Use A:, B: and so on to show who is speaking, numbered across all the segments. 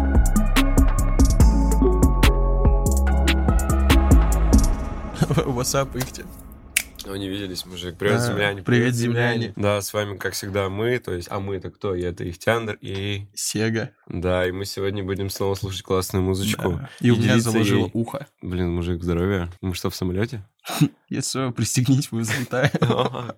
A: What's up, Ихти?
B: Ну, не виделись, мужик. Привет,
A: Да,
B: земляне.
A: привет, земляне.
B: Да, с вами, как всегда, мы. То есть, а мы-то кто? Я это Ихтяндр. И
A: Сега.
B: да, и мы сегодня будем снова слушать классную музычку.
A: Да. И у меня
B: делиться
A: заложило
B: ей.
A: ухо.
B: Блин, мужик, здоровья. Мы что, в самолете?
A: Если пристегнись, мы взлетаем.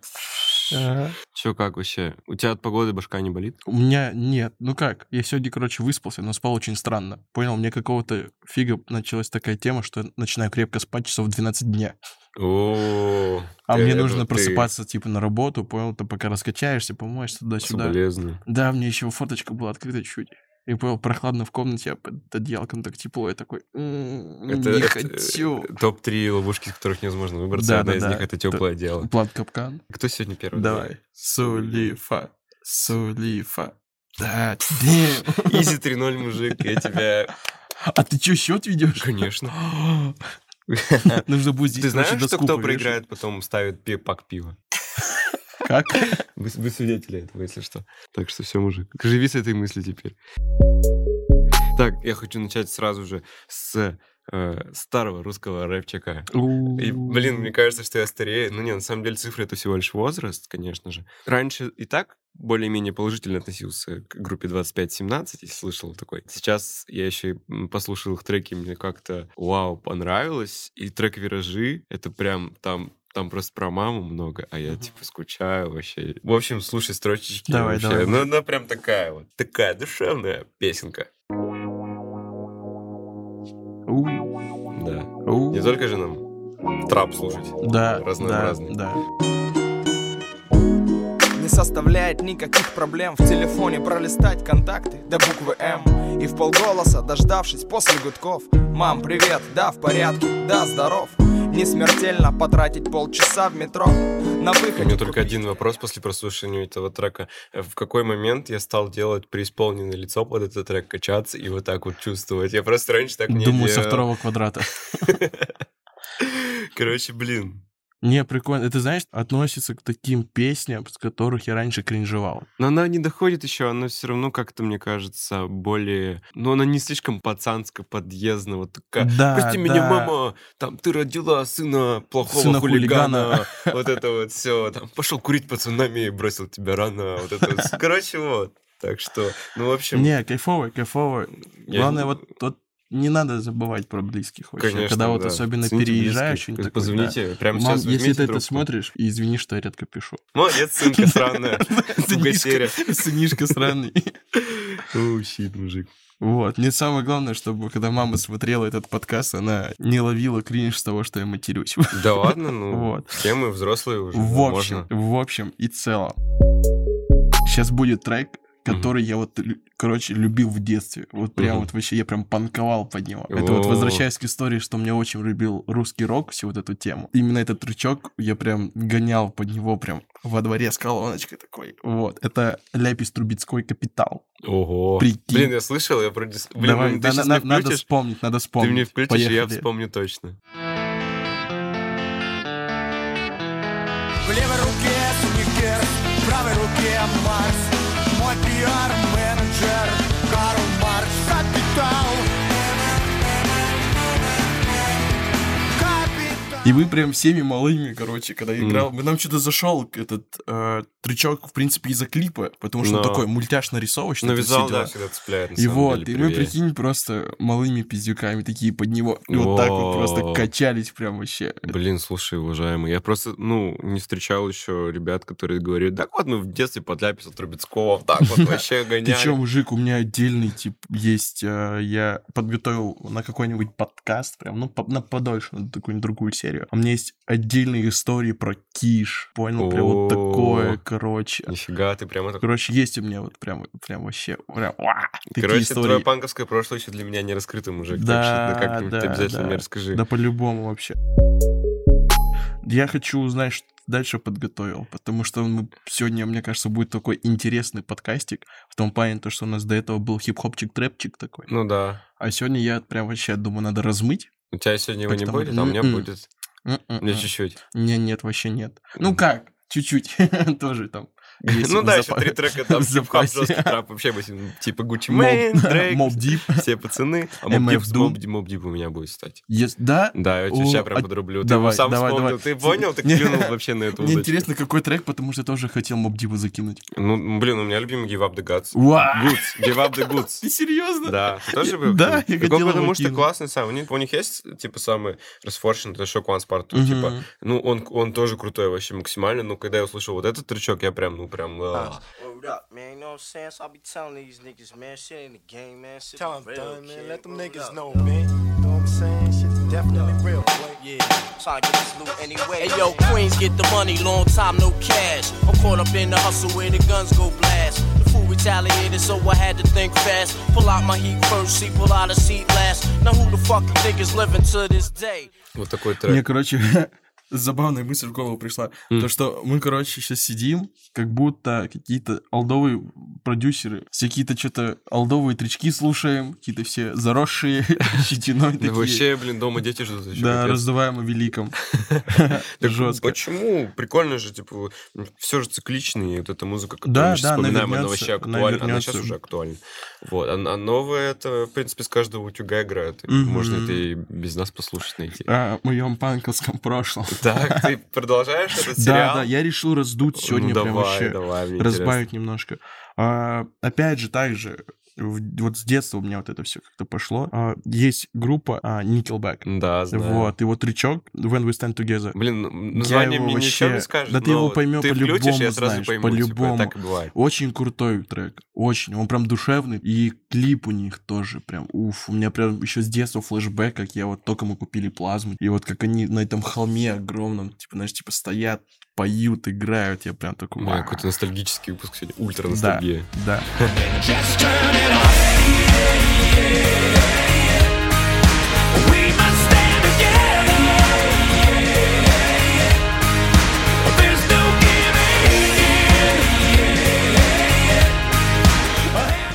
A: Ага.
B: Че, как вообще? У тебя от погоды башка не болит?
A: У меня нет. Ну как? Я сегодня, короче, выспался, но спал очень странно. Понял, мне какого-то фига началась такая тема, что я начинаю крепко спать часов в 12 дня.
B: О,
A: А
B: э,
A: мне
B: это
A: нужно
B: ты
A: просыпаться, типа, на работу, понял, ты пока раскачаешься, помоешься туда-сюда.
B: Соболезную.
A: Да, мне еще фоточка была открыта чуть. И понял, прохладно в комнате, а под одеялком так тепло. Я такой, «М,
B: Это-
A: не
B: это,
A: хочу.
B: э, Топ-3 ловушки, из которых невозможно выбраться.
A: Да,
B: Одна
A: да,
B: из
A: да.
B: них — это теплое дело.
A: План капкан.
B: Кто сегодня первый?
A: Давай. Сулифа. Сулифа. Да, damn.
B: Изи 3-0, мужик, я тебя...
A: А ты что, счет ведешь?
B: Конечно.
A: Нужно будет здесь,
B: Ты
A: короче,
B: знаешь, что
A: доску
B: кто
A: повешать.
B: проиграет, потом ставит пи- пак пива?
A: Как?
B: Вы, вы свидетели этого, если что. Так что все, мужик, живи с этой мыслью теперь. Так, я хочу начать сразу же с э, старого русского рэпчика. И, блин, мне кажется, что я старее. Ну, не, на самом деле цифры — это всего лишь возраст, конечно же. Раньше и так более-менее положительно относился к группе 25-17, если слышал такой. Сейчас я еще и м, послушал их треки, мне как-то вау, понравилось. И трек «Виражи» — это прям там там просто про маму много, а я,
A: Мгм.
B: типа, скучаю вообще. В общем, слушай строчечки
A: Давай,
B: вообще.
A: давай.
B: Ну, она прям такая вот, такая душевная песенка.
A: У,
B: Да.
A: у.
B: Не только же нам трап слушать.
A: Да,
B: разнообразный.
A: да,
C: Не составляет никаких проблем В телефоне пролистать контакты до буквы М И в полголоса, дождавшись после гудков Мам, привет, да, в порядке, да, здоров Не смертельно потратить полчаса в метро На
B: У
C: выходе
B: меня только
C: купить
B: один вопрос после прослушивания этого трека. Э, В какой момент я стал делать преисполненное лицо под этот трек, качаться и вот так вот чувствовать? Я просто раньше так не
A: Думаю, со
B: делал.
A: второго квадрата.
B: Короче, блин.
A: Не, прикольно. Это, знаешь, относится к таким песням, с которых я раньше кринжевал.
B: Но она не доходит еще, она все равно как-то, мне кажется, более... Но она не слишком пацанская, подъездная, вот такая...
A: Да,
B: Прости меня,
A: да.
B: мама, там, ты родила сына плохого
A: Сына
B: хулигана. Вот это вот все, там, пошел курить пацанами и бросил тебя рано. Вот это вот. Короче, вот. Так что, ну, в общем...
A: Не, кайфовый, кайфовый.
B: я-
A: Главное, вот, вот не надо забывать про близких вообще.
B: Конечно,
A: А Когда вот
B: да.
A: особенно
B: Цените
A: переезжаешь,
B: близких.
A: что-нибудь такое, да.
B: Позвоните, прямо
A: Мам,
B: сейчас
A: если
B: возьмите
A: ты это
B: трубку.
A: смотришь, и извини, что я редко пишу.
B: Молодец, сынка сраная.
A: Сынишка,
B: Богатыря.
A: сынишка сраный.
B: О, щит, мужик.
A: Вот. Мне самое главное, чтобы когда мама смотрела этот подкаст, она не ловила кринж с того, что я матерюсь.
B: Да ладно, ну,
A: Вот.
B: все мы взрослые уже.
A: В
B: ну,
A: общем,
B: можно.
A: в общем и целом. Сейчас будет трек, который я вот, лю- короче, любил в детстве. Вот прям
B: Мгм.
A: вот вообще я прям панковал под него. Это вот
B: О.
A: возвращаясь к истории, что мне очень любил русский рок, всю вот эту тему. Именно этот рычок я прям гонял под него прям во дворе с колоночкой такой. Вот. Это Ляпис Трубецкой «Капитал».
B: Ого.
A: Прикинь.
B: Блин, я слышал, я вроде... с- Блин,
A: Давай,
B: ты
A: да,
B: щас
A: на-
B: мне
A: на- надо
B: включишь?
A: вспомнить, надо
B: Ты
A: вспомнить.
B: мне включишь, и я
A: Поехали.
B: вспомню точно.
C: В левой руке сникер, в правой руке Марс Мой пиар-менеджер Карл Маркс Капитал Капитал
A: И мы прям всеми малыми, короче, когда
B: Мгм.
A: играл, мы нам что-то зашел этот э, трючок, в принципе, из-за клипа, потому что он
B: Но.
A: такой мультяшно-рисовочный.
B: Но
A: это
B: визуал,
A: все
B: да,
A: дела.
B: всегда цепляет. на
A: И
B: самом
A: вот,
B: деле,
A: и мы,
B: привет.
A: прикинь, просто малыми пиздюками такие под него, и вот так вот просто
B: Во.
A: качались прям вообще.
B: Блин, слушай, уважаемый, я просто, ну, не встречал еще ребят, которые говорят, так вот мы в детстве под Ляписа Трубецкого, так вот вообще
A: Ты
B: гоняли.
A: чё, мужик, у меня отдельный тип есть. э, Я подготовил на какой-нибудь подкаст, прям, ну, по- на подольше, на какую-нибудь другую серию. А У меня есть отдельные истории про киш, понял? Прям вот такое,
B: О.
A: короче.
B: Нифига, ты прямо такой...
A: Короче, есть у меня вот прям, прям вообще, прям, уа, такие
B: Короче, твое
A: истории.
B: панковское прошлое еще для меня не раскрыто, мужик.
A: Да,
B: так что ты как-нибудь
A: да,
B: обязательно
A: да.
B: мне расскажи.
A: Да по-любому вообще. Я хочу узнать, что ты дальше подготовил, потому что мы сегодня, мне кажется, будет такой интересный подкастик, в том плане, то, что у нас до этого был хип-хопчик-трэпчик такой.
B: Ну да.
A: А сегодня я прям вообще думаю, надо размыть.
B: У тебя сегодня его
A: Так
B: не
A: там-
B: будет, а у меня
A: М-м.
B: будет.
A: М-м-м.
B: У меня чуть-чуть.
A: Не, нет, вообще нет. Ну
B: Мгм.
A: как? Чуть-чуть тоже там. есть
B: Ну
A: в
B: да, еще
A: запа-
B: три трека там.
A: в
B: Хип-хап,
A: запасе.
B: жесткий трап, вообще, восемь, типа Gucci
A: Моб-
B: Mane, Drake,
A: Mobb Deep.
B: все пацаны. А Mobb
A: MF
B: Deep-
A: Doom.
B: Mobb Deep- Mobb Deep у меня будет, кстати.
A: Есть- Да?
B: Да, я тебя
A: О,
B: сейчас прям
A: а-
B: подрублю. Ты его
A: давай,
B: сам
A: давай,
B: вспомнил,
A: давай.
B: ты понял? Ты
A: Не-
B: клюнул вообще на эту
A: Мне
B: удочку.
A: интересно, какой трек, потому что я тоже хотел Моб Дива закинуть.
B: Ну, блин, у меня любимый Give Up The Guts.
A: Вау!
B: Goods, Give Up The Goods.
A: Ты серьезно?
B: Да, ты тоже бы...
A: Да,
B: Так
A: я
B: он
A: хотел его
B: потому что
A: кинуть.
B: классный сам. У них, у них есть, типа, самый расфоршенный, это Shock One Spart,
A: Мгм.
B: типа, ну, он, он тоже крутой вообще максимально, но когда я услышал вот этот трючок, я прям, ну, прям... а.
D: Word up, man. You know what I'm saying? So I be telling these niggas, man, shit ain't a game, man. Shit
E: Tell
D: is
E: them,
D: real,
E: done, man.
D: kid.
E: Let them
D: Word
E: niggas
D: up,
E: know,
D: yo.
E: man. Know what I'm saying? Shit's definitely real, boy.
D: Yeah, trying to get this loot anyway.
F: Hey yo, Queens get the money, long time no cash. I'm caught up in the hustle where the guns go blast. The fool retaliated, so I had to think fast. Pull out my heat first, see, pull out a seat last. Now who the fuck you think is living to this day?
B: Вот такой
A: Мне,
B: трек.
A: короче, забавная мысль в голову пришла. То, что мы, короче, сейчас сидим, как будто какие-то алдовые продюсеры. Все какие-то что-то алдовые тречки слушаем, какие-то все заросшие щетиной
B: Да
A: такие.
B: вообще, блин, дома дети ждут еще.
A: Да,
B: капец.
A: раздуваем о великом.
B: Так
A: Жестко.
B: Почему? Прично же, типа, все же циклично, и вот эта музыка, которую
A: Да,
B: мы сейчас
A: да, она
B: вспоминаем, она
A: вернётся,
B: вообще
A: она
B: актуальна, она,
A: вернётся.
B: сейчас уже актуальна. Вот, а, а новое это, в принципе, с каждого утюга играет. и
A: Мгм.
B: Можно это и без нас послушать найти.
A: О моем панковском прошлом.
B: Так, ты продолжаешь этот
A: Да,
B: сериал?
A: да, я решил раздуть
B: Ну,
A: сегодня прям
B: давай,
A: вообще.
B: давай, мне
A: разбавить немножко. А, опять же, также в- вот с детства у меня вот это все как-то пошло. А, есть группа а, Nickelback.
B: интересно. Да, знаю.
A: Вот, и вот трючок When We Stand Together.
B: Блин, м, название
A: его
B: мне ничего не
A: вообще-
B: скажет.
A: Да ты его
B: но
A: поймёшь
B: ты
A: по-любому,
B: включишь, я сразу
A: знаешь,
B: пойму, типа,
A: по-любому.
B: так и бывает.
A: Очень крутой трек, очень. Он прям душевный. И клип у них тоже прям, уф. У меня прям еще с детства флешбэк, как я вот только мы купили плазму. И вот как они на этом холме огромном, типа, знаешь, типа стоят, поют, играют. Я прям такой...
B: Бля,
A: «Вау».
B: Какой-то ностальгический выпуск сегодня, ультра
A: а. Да,
B: ностальгия.
A: да.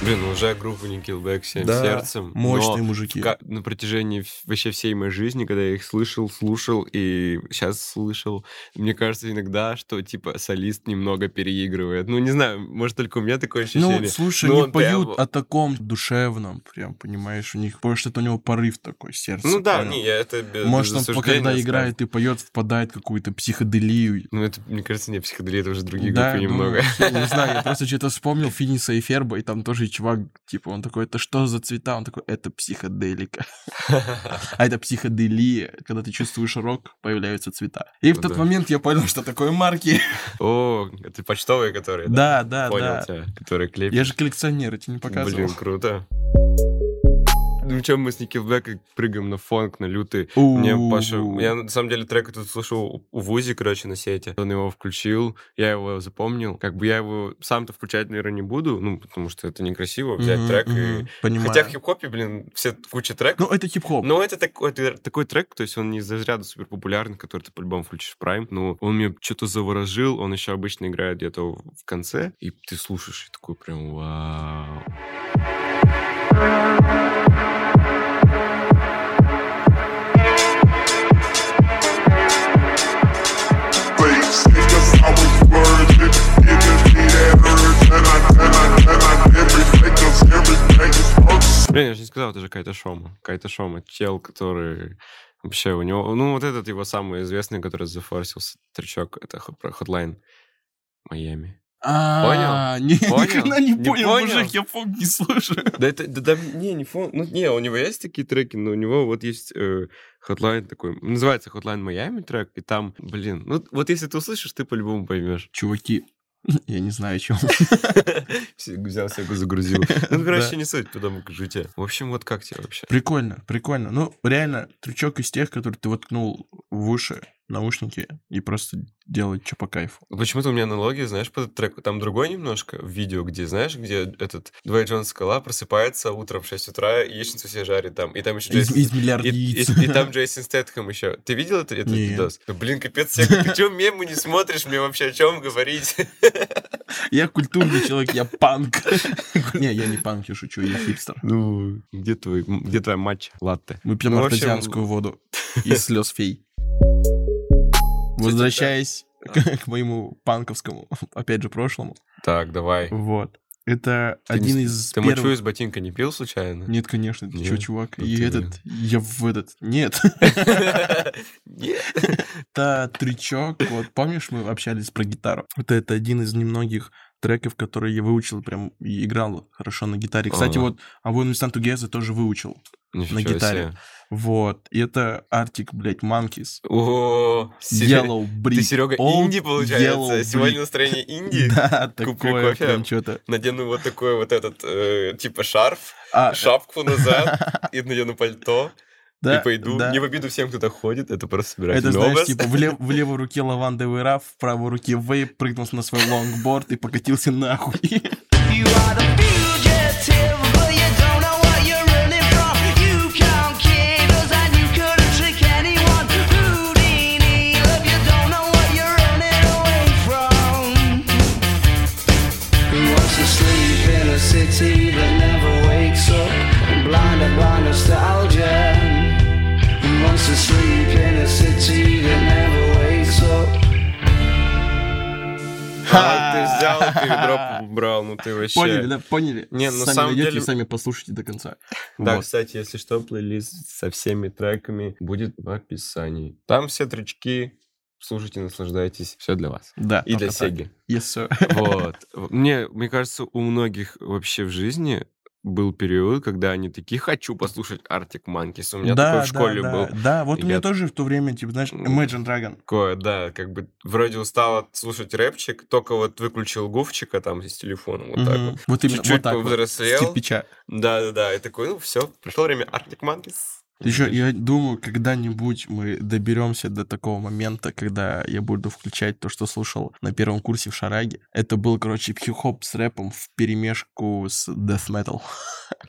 B: Блин, ну уже группа Nickelback всем
A: Да,
B: сердцем. но
A: мощные мужики.
B: в ка- На протяжении в- вообще всей моей жизни, когда я их слышал, слушал и сейчас слышал, мне кажется иногда, что типа солист немного переигрывает. Ну, не знаю, может, только у меня такое ощущение.
A: Ну, слушай,
B: Но
A: они
B: он прям-
A: поют о таком душевном, прям, понимаешь, у них, потому что это у него порыв такой, сердце.
B: Ну да,
A: понял?
B: не, я это без
A: Может,
B: без
A: он, по-
B: осуждения
A: когда
B: оставлю.
A: играет и поет, впадает в какую-то психоделию.
B: Ну, это, мне кажется, не психоделия, это уже другие
A: Да, ну.
B: группы
A: думаю,
B: немного.
A: вообще, не знаю, я просто что-то вспомнил Финиса и Ферба, и там тоже чувак, типа, он такой, это что за цвета? Он такой, это психоделика. А это психоделия, когда ты чувствуешь рок, появляются цвета. И в
B: Ну
A: тот
B: да.
A: момент я понял, что такое марки.
B: О, это почтовые, которые...
A: Да, да,
B: Понял
A: да.
B: тебя, которые клепят.
A: Я же коллекционер, я тебе не показывал.
B: Блин, круто. Ну, чем мы с Никелбека прыгаем на фонк, на лютый. Мне Паша...
A: У.
B: Я на самом деле трек этот слушал у Вузи, короче, на сете. Он его включил, я его запомнил. Как бы я его сам-то включать, наверное, не буду, ну, потому что это некрасиво типа, взять
A: Мгм,
B: трек и...
A: мгм, Понимаю.
B: Хотя в хип-хопе, блин, все куча треков.
A: Ну, это хип-хоп.
B: Но это такой, это такой трек, то есть он не из разряда супер популярный, который ты по-любому включишь в прайм, но он мне что-то заворожил, он еще обычно играет где-то в конце, и ты слушаешь, и такой прям вау.
G: face. Because I was working, giving me that urge, and I, and I, and I did it. Because everything is perfect.
B: Блин, я же не сказал, это же Кайта Шома. Кайта Шома, чел, который вообще у него... Ну, вот этот его самый известный, который зафорсился, трючок, это хо- про Hotline Майами.
A: А, Не,
B: Понял?
A: нихрена не
B: Не
A: понял,
B: понял?
A: мужик, я фон не слушаю.
B: Да это, да, да, не, не фон, ну, не, у него есть такие треки, но у него вот есть э, Hotline такой, называется Hotline Miami трек, и там, блин, ну, вот если ты услышишь, ты по-любому поймешь.
A: Чуваки, я не знаю, о чем.
B: Все, Взял всякую загрузил. Ну,
A: Да.
B: короче, не суть, потом покажу тебе. В общем, вот как тебе вообще?
A: Прикольно, прикольно. Ну, реально, трючок из тех, которые ты воткнул в уши, наушники, и просто делать что по кайфу.
B: Почему-то у меня аналогия, знаешь, под этот трек. Там другой немножко в видео, где, знаешь, где этот Дуэй Джон Скала просыпается утром в 6 утра, яичницу себе жарит там. И там еще
A: Из,
B: Джейсон...
A: из миллиард
B: И,
A: яиц.
B: и- и там Джейсон Стэтхэм еще. Ты видел это- этот
A: Нет.
B: видос? Ну, блин, капец, Сека, ты чё мему не смотришь? Мне вообще о чем говорить?
A: Я культурный человек, я панк. Не, я не панк, я шучу, я хипстер.
B: Ну, где твой, где твоя матч? Латте.
A: Мы пьем
B: Ну, в общем,
A: артезианскую воду из слез фей. Возвращаясь к моему панковскому, опять же, прошлому.
B: Так, давай.
A: Вот. Это
B: Ты
A: один
B: не-
A: из
B: Ты
A: первых...
B: мочу из ботинка не пил случайно?
A: Нет, конечно, ты чё,
B: Нет?
A: чувак?
B: Ну
A: И
B: ты-
A: этот, я в этот... Нет,
B: Нет.
A: это трючок. Вот помнишь, мы общались про гитару? Вот это один из немногих треков, которые я выучил прям и играл хорошо на гитаре. Кстати,
B: Ага.
A: вот «I Won't Stand Together» тоже выучил.
B: Нифига
A: гитаре.
B: себе.
A: Вот. И это Arctic, блядь, Monkeys.
B: О, Серега-
A: Yellow Brick.
B: Ты, Серега,
A: Old
B: инди,
A: Yellow
B: получается.
A: Brick.
B: Сегодня настроение инди.
A: Да,
B: Куплю
A: такое
B: кофе.
A: прям что-то.
B: Надену вот такой вот этот, э, типа, шарф,
A: А,
B: шапку назад и надену пальто.
A: да,
B: и пойду.
A: да.
B: Не в обиду всем, кто так ходит, это просто
A: Это,
B: собирательный
A: знаешь,
B: образ.
A: типа, в, лев- в левой руке лавандовый раф, в правой руке вейп, прыгнул на свой лонгборд и покатился нахуй.
H: You are the fugitive, but you don't know what you're running from. You count cables and you couldn't trick anyone. Houdini, love, you don't know what you're running away from. Who wants to sleep in a city that never wakes up? Blinded by nostalgia. Who wants to sleep in a city that never wakes up?
B: А, Ты взял, ты дроп убрал, ну ты вообще...
A: Поняли, да? Поняли?
B: Не, на
A: сами
B: самом
A: найдёте
B: деле-
A: и сами послушайте до конца.
B: Да,
A: Вот.
B: кстати, если что, плейлист со всеми треками будет в описании. Там все тречки. Слушайте, наслаждайтесь. Все для вас.
A: Да,
B: И для
A: только так.
B: Сеги.
A: Yes, sir.
B: Вот. Мне, мне кажется, у многих вообще в жизни был период, когда они такие, хочу послушать Артик Манкис. У меня такой в школе
A: да,
B: был.
A: Да, да, вот у меня
B: Я-
A: тоже в то время, типа, знаешь, Imagine Dragon.
B: Такое, да, как бы вроде устал от слушать рэпчик, только вот выключил гуфчика там с телефона, вот так
A: Мгм.
B: вот.
A: Вот именно
B: Чуть-чуть
A: вот так вот, с
B: повзрослел.
A: кирпича.
B: Да-да-да, и такой, ну все, пришло время Arctic Monkeys.
A: Еще я думаю, когда-нибудь мы доберемся до такого момента, когда я буду включать то, что слушал на первом курсе в Шараге. Это был, короче, хип-хоп с рэпом в перемешку с death metal.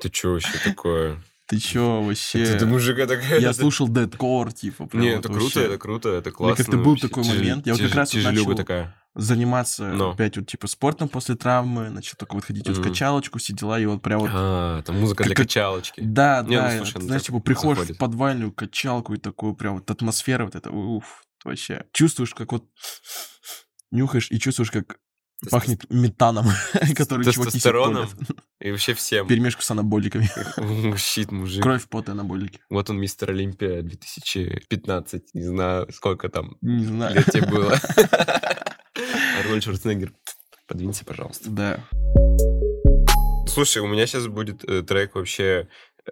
B: Ты чё вообще такое?
A: Ты чё вообще?
B: Ты ты мужика такая.
A: Я слушал deadcore, типа. прям
B: Не,
A: вот
B: это круто,
A: вообще.
B: это круто, это
A: меня
B: классно.
A: как-то был
B: вообще.
A: такой
B: Тяжел-
A: момент, я вот как
B: тяж-
A: раз вот
B: тяжелюга
A: начал-
B: такая.
A: Заниматься
B: Но.
A: опять вот типа спортом после травмы, начал только вот ходить вот в
B: Мгм.
A: качалочку, все дела, и вот прям вот
B: А, там музыка
A: Как-
B: для
A: как-
B: качалочки.
A: Да,
B: Не, ну,
A: да,
B: слушай,
A: это,
B: ну,
A: знаешь,
B: так
A: типа приходишь в
B: заходит.
A: подвальную качалку и такую прям вот атмосфера вот эта, уф, вообще. Чувствуешь, как вот нюхаешь и чувствуешь, как
B: Тес-
A: пахнет метаном, который чуваки себе
B: Тестостероном
A: тонят.
B: и вообще всем.
A: Перемешку с анаболиками.
B: О, Щит, мужик.
A: Кровь, пот и анаболики.
B: Вот он, мистер Олимпия 2015, не знаю, сколько там
A: Не знаю.
B: лет тебе было. Арнольд Шварценеггер, подвинься, пожалуйста.
A: Да.
B: Слушай, у меня сейчас будет э, трек вообще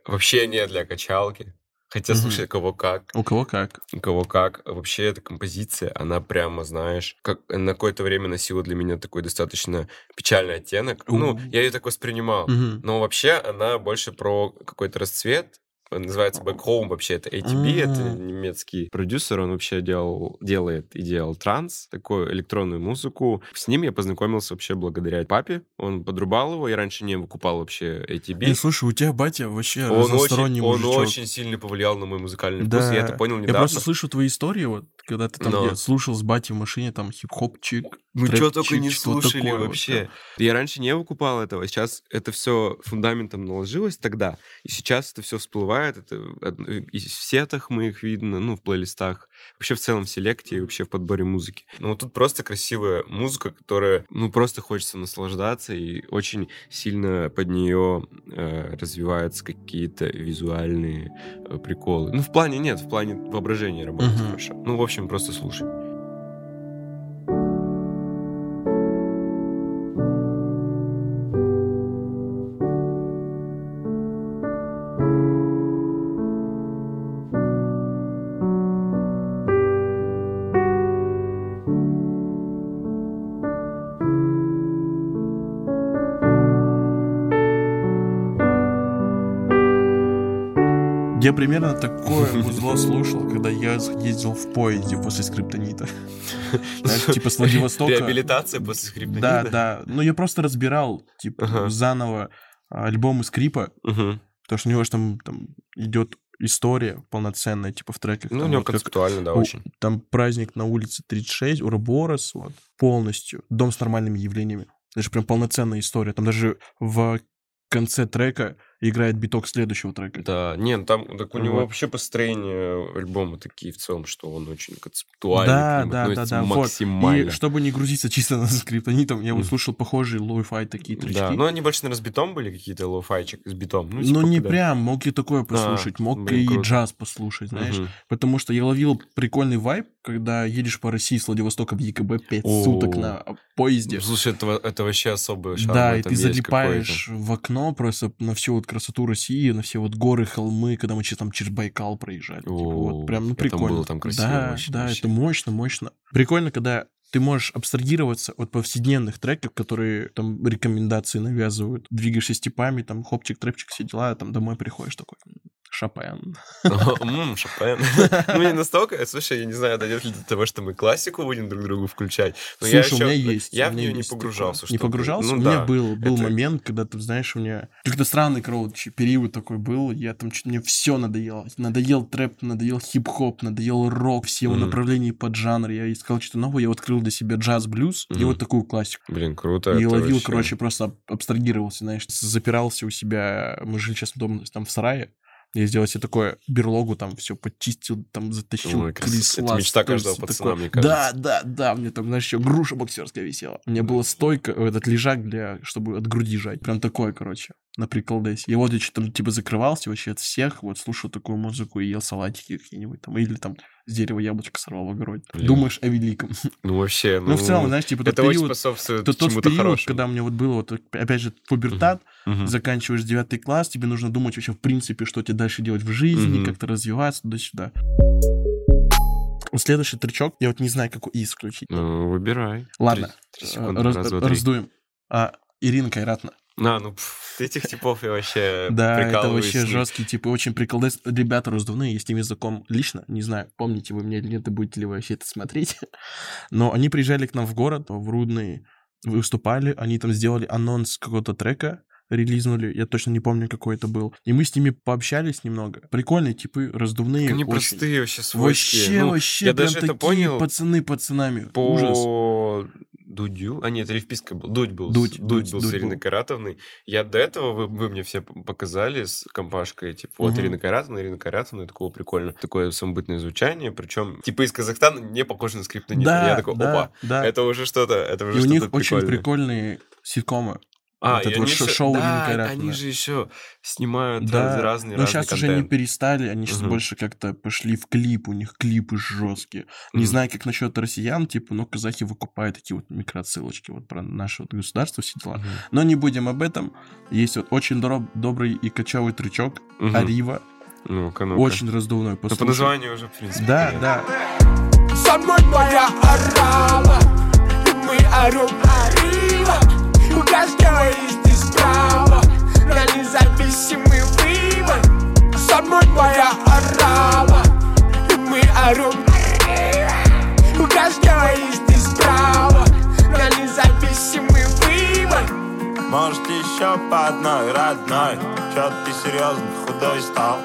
B: вообще не для качалки. Хотя,
A: Мгм.
B: слушай, кого как,
A: У кого как.
B: у кого как. Вообще эта композиция, она прямо, знаешь, как на какое-то время носила для меня такой достаточно печальный оттенок. Ну,
A: У.
B: я ее так воспринимал.
A: Мгм.
B: Но вообще она больше про какой-то расцвет. Он Называется Back Home вообще. Это ATB, это
A: М.
B: немецкий продюсер. Он вообще делал, делает и делал транс, такую электронную музыку. С ним я познакомился вообще благодаря папе. Он подрубал его. Я раньше не выкупал вообще ATB.
A: Эй, Э, слушай, у тебя батя вообще
B: он очень,
A: разносторонний
B: он
A: мужичок.
B: очень сильно повлиял на мой музыкальный вкус.
A: Да.
B: Я это понял
A: Я
B: недавно.
A: просто слышу твои истории, вот, когда ты там
B: Но.
A: я слушал с батей в машине, там, хип-хопчик.
B: Мы что только
A: трэпчик,
B: не
A: что
B: слушали
A: такое вот,
B: вообще. Я раньше не выкупал этого, сейчас это все фундаментом наложилось тогда, и сейчас это все всплывает, это од- э, и в сетах мы их видно, ну, в плейлистах, вообще в целом в селекте и вообще в подборе музыки. Ну, вот тут просто красивая музыка, которая, ну, просто хочется наслаждаться, и очень сильно под нее развиваются какие-то визуальные э, приколы. Ну, в плане нет, в плане воображения работает
A: Мгм.
B: хорошо. Ну, в общем, просто слушай.
A: Я примерно такое музло слушал, когда я ездил в поезде после скриптонита. Знаешь, Типа с Владивостока.
B: Реабилитация после скриптонита?
A: Да, да. Ну, я просто разбирал, типа,
B: Ага.
A: заново а, альбомы скрипа,
B: Мгм.
A: потому что у него же там там идет история полноценная, типа, в треках.
B: Ну, у
A: Там
B: него
A: вот как-
B: концептуально, да,
A: у-
B: очень.
A: Там праздник на улице 36, Ураборос, вот, полностью. Дом с нормальными явлениями. Даже прям полноценная история. Там даже в конце трека играет биток следующего трека.
B: Да, нет, ну, там так у него
A: Вот.
B: вообще построение альбома такие в целом, что он очень концептуальный,
A: да,
B: к ним
A: да, да,
B: относится
A: да, вот.
B: максимально.
A: И чтобы не грузиться чисто на скриптонитом, я
B: Мгм.
A: вот слушал похожие лоу-фай такие тречки.
B: Да, но они больше, наверное, с битом были какие-то лоу-файчик с битом. Ну,
A: Ну,
B: типа,
A: не
B: да. А,
A: прям, мог и такое послушать, мог
B: блин,
A: и
B: круто.
A: джаз послушать, знаешь.
B: Мгм.
A: Потому что я ловил прикольный вайб, когда едешь по России с Владивостока в ЕКБ 5
B: О.
A: суток на поезде.
B: Слушай, это, во- это вообще особый шарм.
A: Да,
B: в
A: и
B: этом
A: ты
B: есть
A: залипаешь в окно просто на всю вот красоту России, на все вот горы, холмы, когда мы через, там через Байкал проезжали. Типа,
B: О,
A: вот прям,
B: я
A: ну,
B: там
A: прикольно.
B: был, там красиво
A: Да,
B: очень
A: да,
B: вообще.
A: это мощно, мощно. Прикольно, когда ты можешь абстрагироваться от повседневных треков, которые там рекомендации навязывают. Двигаешься степами, там хопчик, трэпчик, все дела, а там домой приходишь такой, «М, Шопен.
B: какой-то. М, Ммм, Шопен. Ну, не настолько. Слушай, я не знаю, дойдет ли до того, что мы классику будем друг другу включать. Но я
A: Слушай, у
B: еще-
A: меня есть.
B: Я
A: у
B: в
A: меня
B: нее не
A: есть такое.
B: погружался.
A: Не
B: что-то.
A: погружался?
B: Ну
A: у меня
B: да.
A: был, был
B: это-
A: момент, когда, ты знаешь, у меня как-то странный, короче, период такой был. Я там, чё-то мне все надоело. Надоел трэп, надоел хип-хоп, надоел рок, все его
B: Мгм.
A: направления и поджанры. Я искал что-то новое, я открыл для себя джаз-блюз и
B: Мгм.
A: вот такую классику.
B: Блин, круто.
A: И
B: это
A: ловил,
B: вообще.
A: короче, просто аб- абстрагировался, знаешь, запирался у себя. Мы жили сейчас дома там в сарае. Я сделал себе такое берлогу, там все почистил, там затащил
B: Ой, красота.
A: кресла.
B: Это мечта
A: стол,
B: каждого
A: всё
B: пацана, мне
A: Да,
B: кажется.
A: да, да, мне там, знаешь, еще груша боксерская висела. У меня была стойка, э, этот лежак, для, чтобы от груди жать. Прям такое, короче, на приколдесе. И вот я что-то там, типа, закрывался вообще от всех, вот слушал такую музыку и ел салатики какие-нибудь там. Или там с дерева яблочко сорвал в огороде.
B: Блин.
A: Думаешь о великом.
B: Ну, вообще, ну...
A: Ну, в целом, знаешь, типа, тот
B: это очень
A: период,
B: способствует
A: то тот
B: чему-то
A: период,
B: хорошему.
A: когда у меня вот было, вот, опять же, пубертат,
B: Мгм.
A: заканчиваешь девятый класс, тебе нужно думать вообще, в принципе, что тебе дальше делать в жизни,
B: Мгм.
A: как-то развиваться, туда-сюда. Следующий тречок, я вот не знаю, какой из включить.
B: Ну, выбирай.
A: Ладно,
B: Три- три
A: Э,
B: секунды,
A: раз-
B: раз, два, три.
A: раздуем. А, Ирина Кайратна.
B: На, ну, пф, этих типов я вообще
A: Да, это
B: прикалываюсь
A: вообще
B: с них.
A: жесткий, типа, очень приколдес. Ребята раздувные, я с ними знаком лично, не знаю, помните вы меня или нет, и будете ли вы вообще это смотреть. Но они приезжали к нам в город, в Рудный, выступали, они там сделали анонс какого-то трека, релизнули, я точно не помню, какой это был. И мы с ними пообщались немного. Прикольные типы, раздувные.
B: Они
A: очень.
B: простые вообще,
A: Вообще,
B: свойские. Ну,
A: вообще,
B: я
A: прям
B: даже это
A: такие
B: понял
A: пацаны пацанами.
B: по
A: Ужас.
B: Дудю, а нет, Ревписка был, Дудь был, с-
A: Дудь,
B: Дудь,
A: Дудь,
B: был
A: Дудь
B: с Ириной
A: был.
B: Каратовной. Я до этого, вы, вы мне все п- показали с компашкой, типа, вот
A: Мгм.
B: Ирина Каратовна, Ирина Каратовна, такого прикольно, такое самобытное звучание, причем, типа, из Казахстана не похоже на скриптонит.
A: Да,
B: я такой,
A: да,
B: опа,
A: да.
B: это уже что-то, это
A: И
B: уже
A: у
B: что-то
A: них очень
B: прикольное.
A: прикольные ситкомы. вот
B: А,
A: это
B: и
A: вот
B: они
A: шо-
B: ещё-
A: шоу Ирины
B: да,
A: Каратовны.
B: они же еще снимают раз-
A: Да,
B: разные,
A: но
B: разные
A: сейчас Ну, уже не
B: контент.
A: перестали, они сейчас
B: Мгм.
A: больше как-то пошли в клип, у них клипы жесткие. Не
B: Мгм.
A: знаю, как насчет россиян, типа, но казахи выкупают такие вот микроотсылочки вот про наше вот государство, все дела.
B: Мгм.
A: Но не будем об этом. Есть вот очень дороб- добрый и кочевый трючок
B: Мгм.
A: Арива,
B: Ну-ка, ну-ка.
A: очень раздувной.
B: Ну, по
A: послушай.
B: названию уже, в принципе.
A: Да,
B: понятно.
A: да.
I: Со мной моя орала И мы орем Арива У каждого есть здесь право На независимый выбор Со мной моя орала И мы орем Арива У каждого есть здесь право На независимый выбор
E: Может еще по одной, родной Чё ты серьезно худой стал?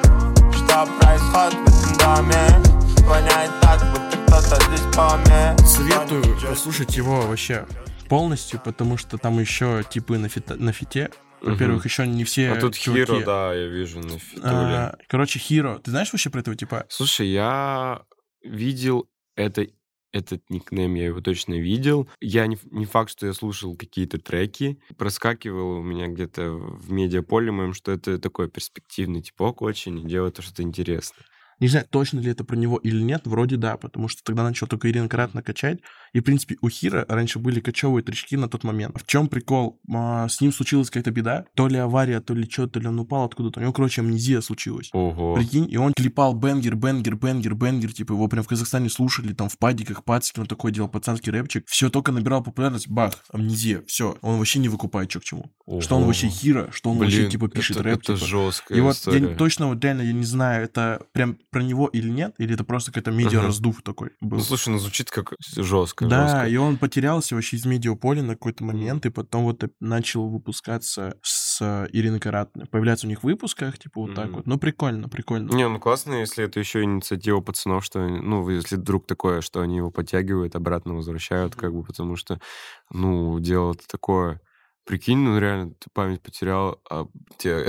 E: Что происходит в этом доме? Воняет так, будто кто-то здесь помер
A: Советую послушать его вообще полностью, потому что там еще типы на, фита- на фите. Во-первых, еще не все
B: А тут
A: чуваки.
B: Хиро, да, я вижу на фитуле.
A: А, короче, Хиро. Ты знаешь вообще про этого типа?
B: Слушай, я видел это, этот никнейм, я его точно видел. Я не, ф- не факт, что я слушал какие-то треки. Проскакивало у меня где-то в медиаполе моем, что это такой перспективный типок очень, и делает что-то интересное.
A: Не знаю, точно ли это про него или нет, вроде да, потому что тогда начал только Ирина Кратно качать. И, в принципе, у Хира раньше были кочевые тречки на тот момент. В чем прикол? А, С ним случилась какая-то беда. То ли авария, то ли что, то ли он упал откуда-то. У него, короче, амнезия случилась.
B: Ого.
A: Прикинь, и он клепал бенгер, бенгер, бенгер, бенгер, типа его прям в Казахстане слушали, там в падиках, пацки, он такой делал пацанский рэпчик. Все, только набирал популярность, бах, амнезия, все. Он вообще не выкупает, что к чему. Что он
B: Ого.
A: вообще хира, что он вообще
B: Блин,
A: типа пишет
B: это,
A: рэп.
B: это
A: типа.
B: жесткая
A: И вот я
B: история.
A: не- точно, вот реально, я не знаю, это прям про него или нет, или это просто какой-то медиа-раздув такой был.
B: Ну, слушай, ну звучит как жестко.
A: да,
B: жестко.
A: и он потерялся вообще из медиаполя на какой-то момент, и потом вот начал выпускаться с э, Ириной Каратной. Появляется у них в выпусках, типа вот так
B: Мгм.
A: вот. Ну, прикольно, прикольно.
B: Не, ну классно, если это еще инициатива пацанов, что, они- ну, если вдруг такое, что они его подтягивают, обратно возвращают, как бы, потому что, ну, дело-то такое Прикинь, ну реально, ты память потерял, а те,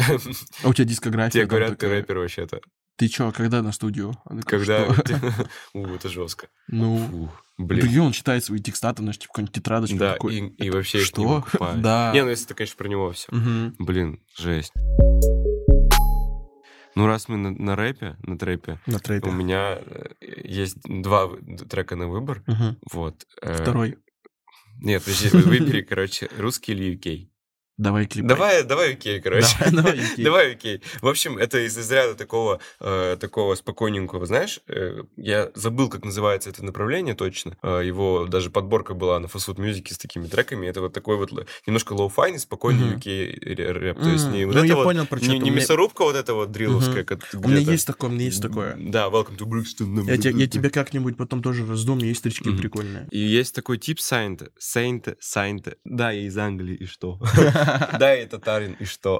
A: А у тебя дискография?
B: те
A: там
B: говорят, ты
A: такая.
B: рэпер вообще-то.
A: Ты чё, когда на студию? Она такая,
B: Когда...
A: «Что?»
B: У, это жестко.
A: Ну,
B: Фу, блин.
A: прикинь, он читает свои текста, там, знаешь, типа, какой-нибудь тетрадочка.
B: Да,
A: такой,
B: и, и
A: «Это
B: вообще их не
A: Что?
B: выкупают.
A: Да.
B: Не, ну если ты, конечно, про него все.
A: Мгм.
B: Блин, жесть. Ну, раз мы на, на рэпе, на трэпе,
A: На
B: у
A: трэпе.
B: меня э, есть два вы- трека на выбор.
A: Мгм.
B: Вот. э,
A: Второй.
B: Нет, подожди, вы- выбери, короче, русский или UK.
A: Давай клип.
B: Давай, давай UK, короче.
A: Давай, давай UK.
B: Давай UK. В общем, это из изряда такого, э, такого спокойненького, знаешь, э, я забыл, как называется это направление точно. Э, его даже подборка была на Fast Food Music с такими треками. Это вот такой вот л- немножко лоу-файный, спокойный
A: Мгм.
B: UK р- рэп. типа, То есть не
A: Мгм.
B: вот
A: Ну,
B: это
A: я
B: вот-
A: понял, про чё
B: не-
A: ты.
B: не
A: У меня-
B: мясорубка вот эта вот дриловская.
A: Мгм.
B: как
A: У меня
B: где-то.
A: есть такое, у меня есть такое.
B: Да, welcome to Brixton.
A: Я, те- я тебе как-нибудь потом тоже раздум, есть стрички
B: Мгм.
A: прикольные.
B: И есть такой тип Сайнта. Сайнта, Сайнта. Да, я из Англии, и что? Да, я татарин, и что?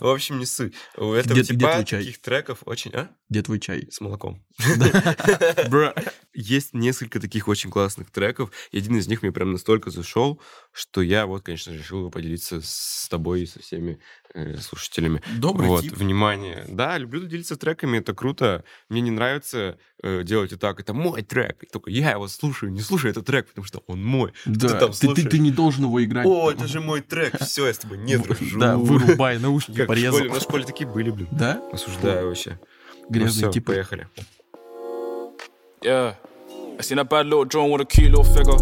B: В общем, не суть. У этого
A: Где- где
B: типа
A: твой чай?
B: таких треков очень... А?
A: Где твой чай?
B: С молоком. Есть несколько таких очень классных треков. И один из них мне прям настолько зашел, что я вот, конечно, решил его поделиться с тобой и со всеми э, слушателями.
A: Добрый
B: вот,
A: тип.
B: внимание. Да, люблю делиться треками, это круто. Мне не нравится э, делать и так, это мой трек. И только я его слушаю, не слушаю этот трек, потому что он мой. Ты
A: Да,
B: там
A: ты, ты- ты
B: слушаешь.
A: не должен его играть.
B: О, это же мой трек, все, я с тобой не дружу.
A: Да, вырубай, наушники
B: Как в
A: порезал.
B: школе, у нас в школе такие были, блин.
A: Да?
B: Осуждаю вообще.
A: Грязные
B: ну, все,
A: типы.
B: поехали.
J: Yeah. I seen a bad little drawing with a cute little figure.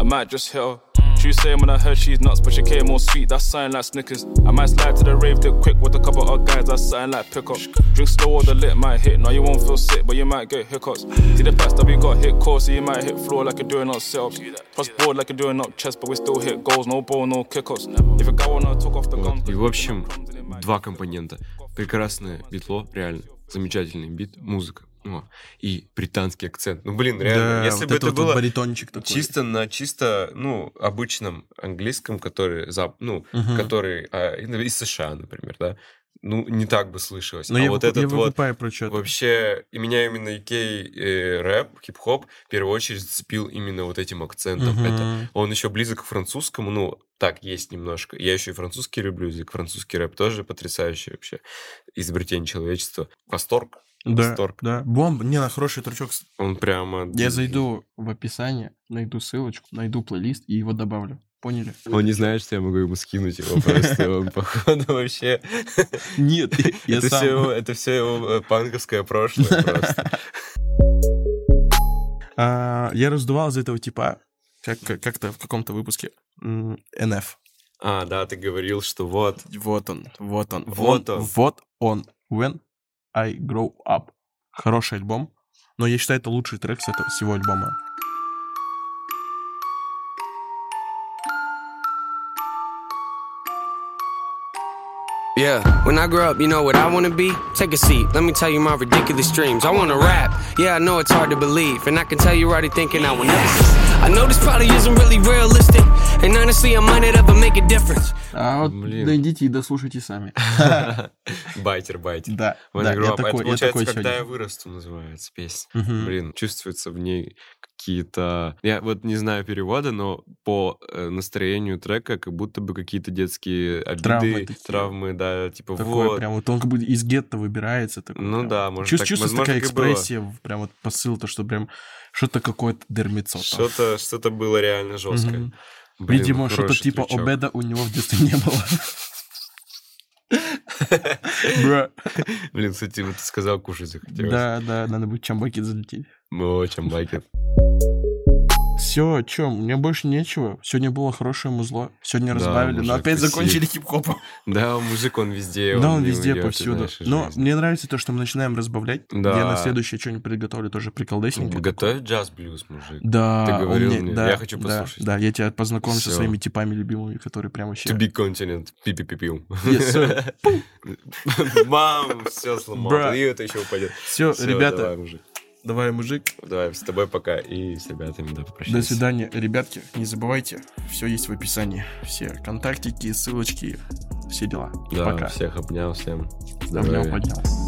J: I might just hit her. She saying when I heard she's nuts, but she came on sweet, that's something like Snickers. I might slide to the rave tip quick with a couple of guys, that's something like pickup. Drink slow or the lit might hit, now you won't feel sick, but you might get hiccups. See the facts that we got hit core, so you might hit floor like you're doing up sit ups. Cross board like you're doing up chest, but we still hit goals, no ball, no kick ups. If a guy wanna talk off the
B: Вот,
J: gun,
B: И, в общем, два компонента. Прекрасное битло, реально. Замечательный бит, музыка. О, и британский акцент. Ну, блин, реально,
A: Да,
B: если
A: вот
B: бы это
A: вот
B: было
A: баритончик такой.
B: чисто на чисто, ну, обычном английском, который, за, ну,
A: Мгм.
B: который а, из США, например, да, ну, не так бы слышалось.
A: Но
B: а
A: Ну, я,
B: вот
A: выкуп- я
B: этот вот
A: выкупаю про чё ты.
B: Вообще, и меня именно UK э, рэп, хип-хоп в первую очередь зацепил именно вот этим акцентом.
A: Мгм.
B: Это, он еще близок к французскому, ну, так есть немножко. Я еще и французский люблю язык, францизский рэп тоже потрясающий вообще. Изобретение человечества. Восторг.
A: Да,
B: Восторг.
A: да. Бомба. Не, на хороший трючок.
B: Он прямо...
A: Я зайду в описание, найду ссылочку, найду плейлист и его добавлю. Поняли?
B: Он не знает, что я могу ему скинуть его просто. Он, походу, вообще...
A: Нет, я
B: это, все его,
A: сам.
B: это все его э, панковское прошлое просто.
A: А, Я раздувал из этого типа, как- как- как-то в каком-то выпуске, м, NF.
B: А, да, ты говорил, что вот,
A: Вот он, вот он,
B: Вот он.
A: Вот он. When I Grow Up. Хороший альбом. Но я считаю, это лучший трек с этого всего альбома.
I: Yeah, when I grow up, you know what I wanna be? Take a seat, let me tell you my ridiculous dreams. I wanna rap, yeah, I know it's hard to believe, and I can tell you're already thinking I will never. I know this probably isn't really realistic, and honestly, I might not ever make a difference.
A: А вот
B: Блин.
A: найдите и дослушайте сами.
B: Байтер, байтер.
A: Да,
B: When
A: да,
B: I grow
A: я
B: up. А
A: такой-
B: это
A: я
B: получается,
A: такой
B: когда
A: сегодня.
B: я вырасту, называется песня.
A: Мгм.
B: Блин, чувствуется в ней какие-то... Я вот не знаю перевода, но по э, настроению трека как будто бы какие-то детские обиды,
A: Травмы
B: травмы,
A: такие.
B: да, типа
A: Такой
B: вот.
A: прям вот он как бы из гетто выбирается. Такой,
B: Ну
A: прям.
B: да, может,
A: Чувств-
B: так-
A: Чувствуется
B: возможно,
A: такая
B: так и было.
A: экспрессия, в- прям вот посыл, то что прям что-то какое-то дерьмецо. там.
B: Что-то что было реально жесткое.
A: Мгм.
B: Блин,
A: Видимо, что-то
B: хороший
A: типа
B: трючок.
A: обеда у него в детстве не было. Бра.
B: Блин, кстати, вот ты сказал, кушать захотелось.
A: Да, да, надо будет чамбаки залететь.
B: Мы очень лайки.
A: Все, чем? Мне больше нечего. Сегодня было хорошее музло. Сегодня
B: Да,
A: разбавили, но
B: мужик,
A: опять
B: спасибо.
A: закончили хип-хопом.
B: Да, мужик, он везде.
A: Да, он
B: не
A: везде,
B: уйдёт из
A: повсюду.
B: нашей
A: Но
B: жизни.
A: мне нравится то, что мы начинаем разбавлять.
B: Да.
A: Я на следующее что-нибудь приготовлю тоже приколдесненькое.
B: Готовит джаз-блюз, мужик.
A: Да,
B: Ты
A: он
B: говорил
A: мне-
B: мне,
A: да,
B: я хочу
A: да,
B: послушать.
A: Да, я тебя познакомлю со
B: Всё.
A: своими типами любимыми, которые прям вообще...
B: To be continent. Пи-пи-пи-пиу.
A: Yes, sir.
B: Мам, все сломал.
A: Бра.
B: И это еще упадет.
A: Все,
B: Всё,
A: ребята,
B: Давай, мужик.
A: давай, мужик,
B: Давай, с тобой пока и с ребятами, да,
A: До
B: попрощайся.
A: свидания, ребятки. Не забывайте, все есть в описании. Все контактики, ссылочки, все дела.
B: Да,
A: Пока.
B: всех обнял, всем
A: Обнял,
B: здоровья.
A: поднял.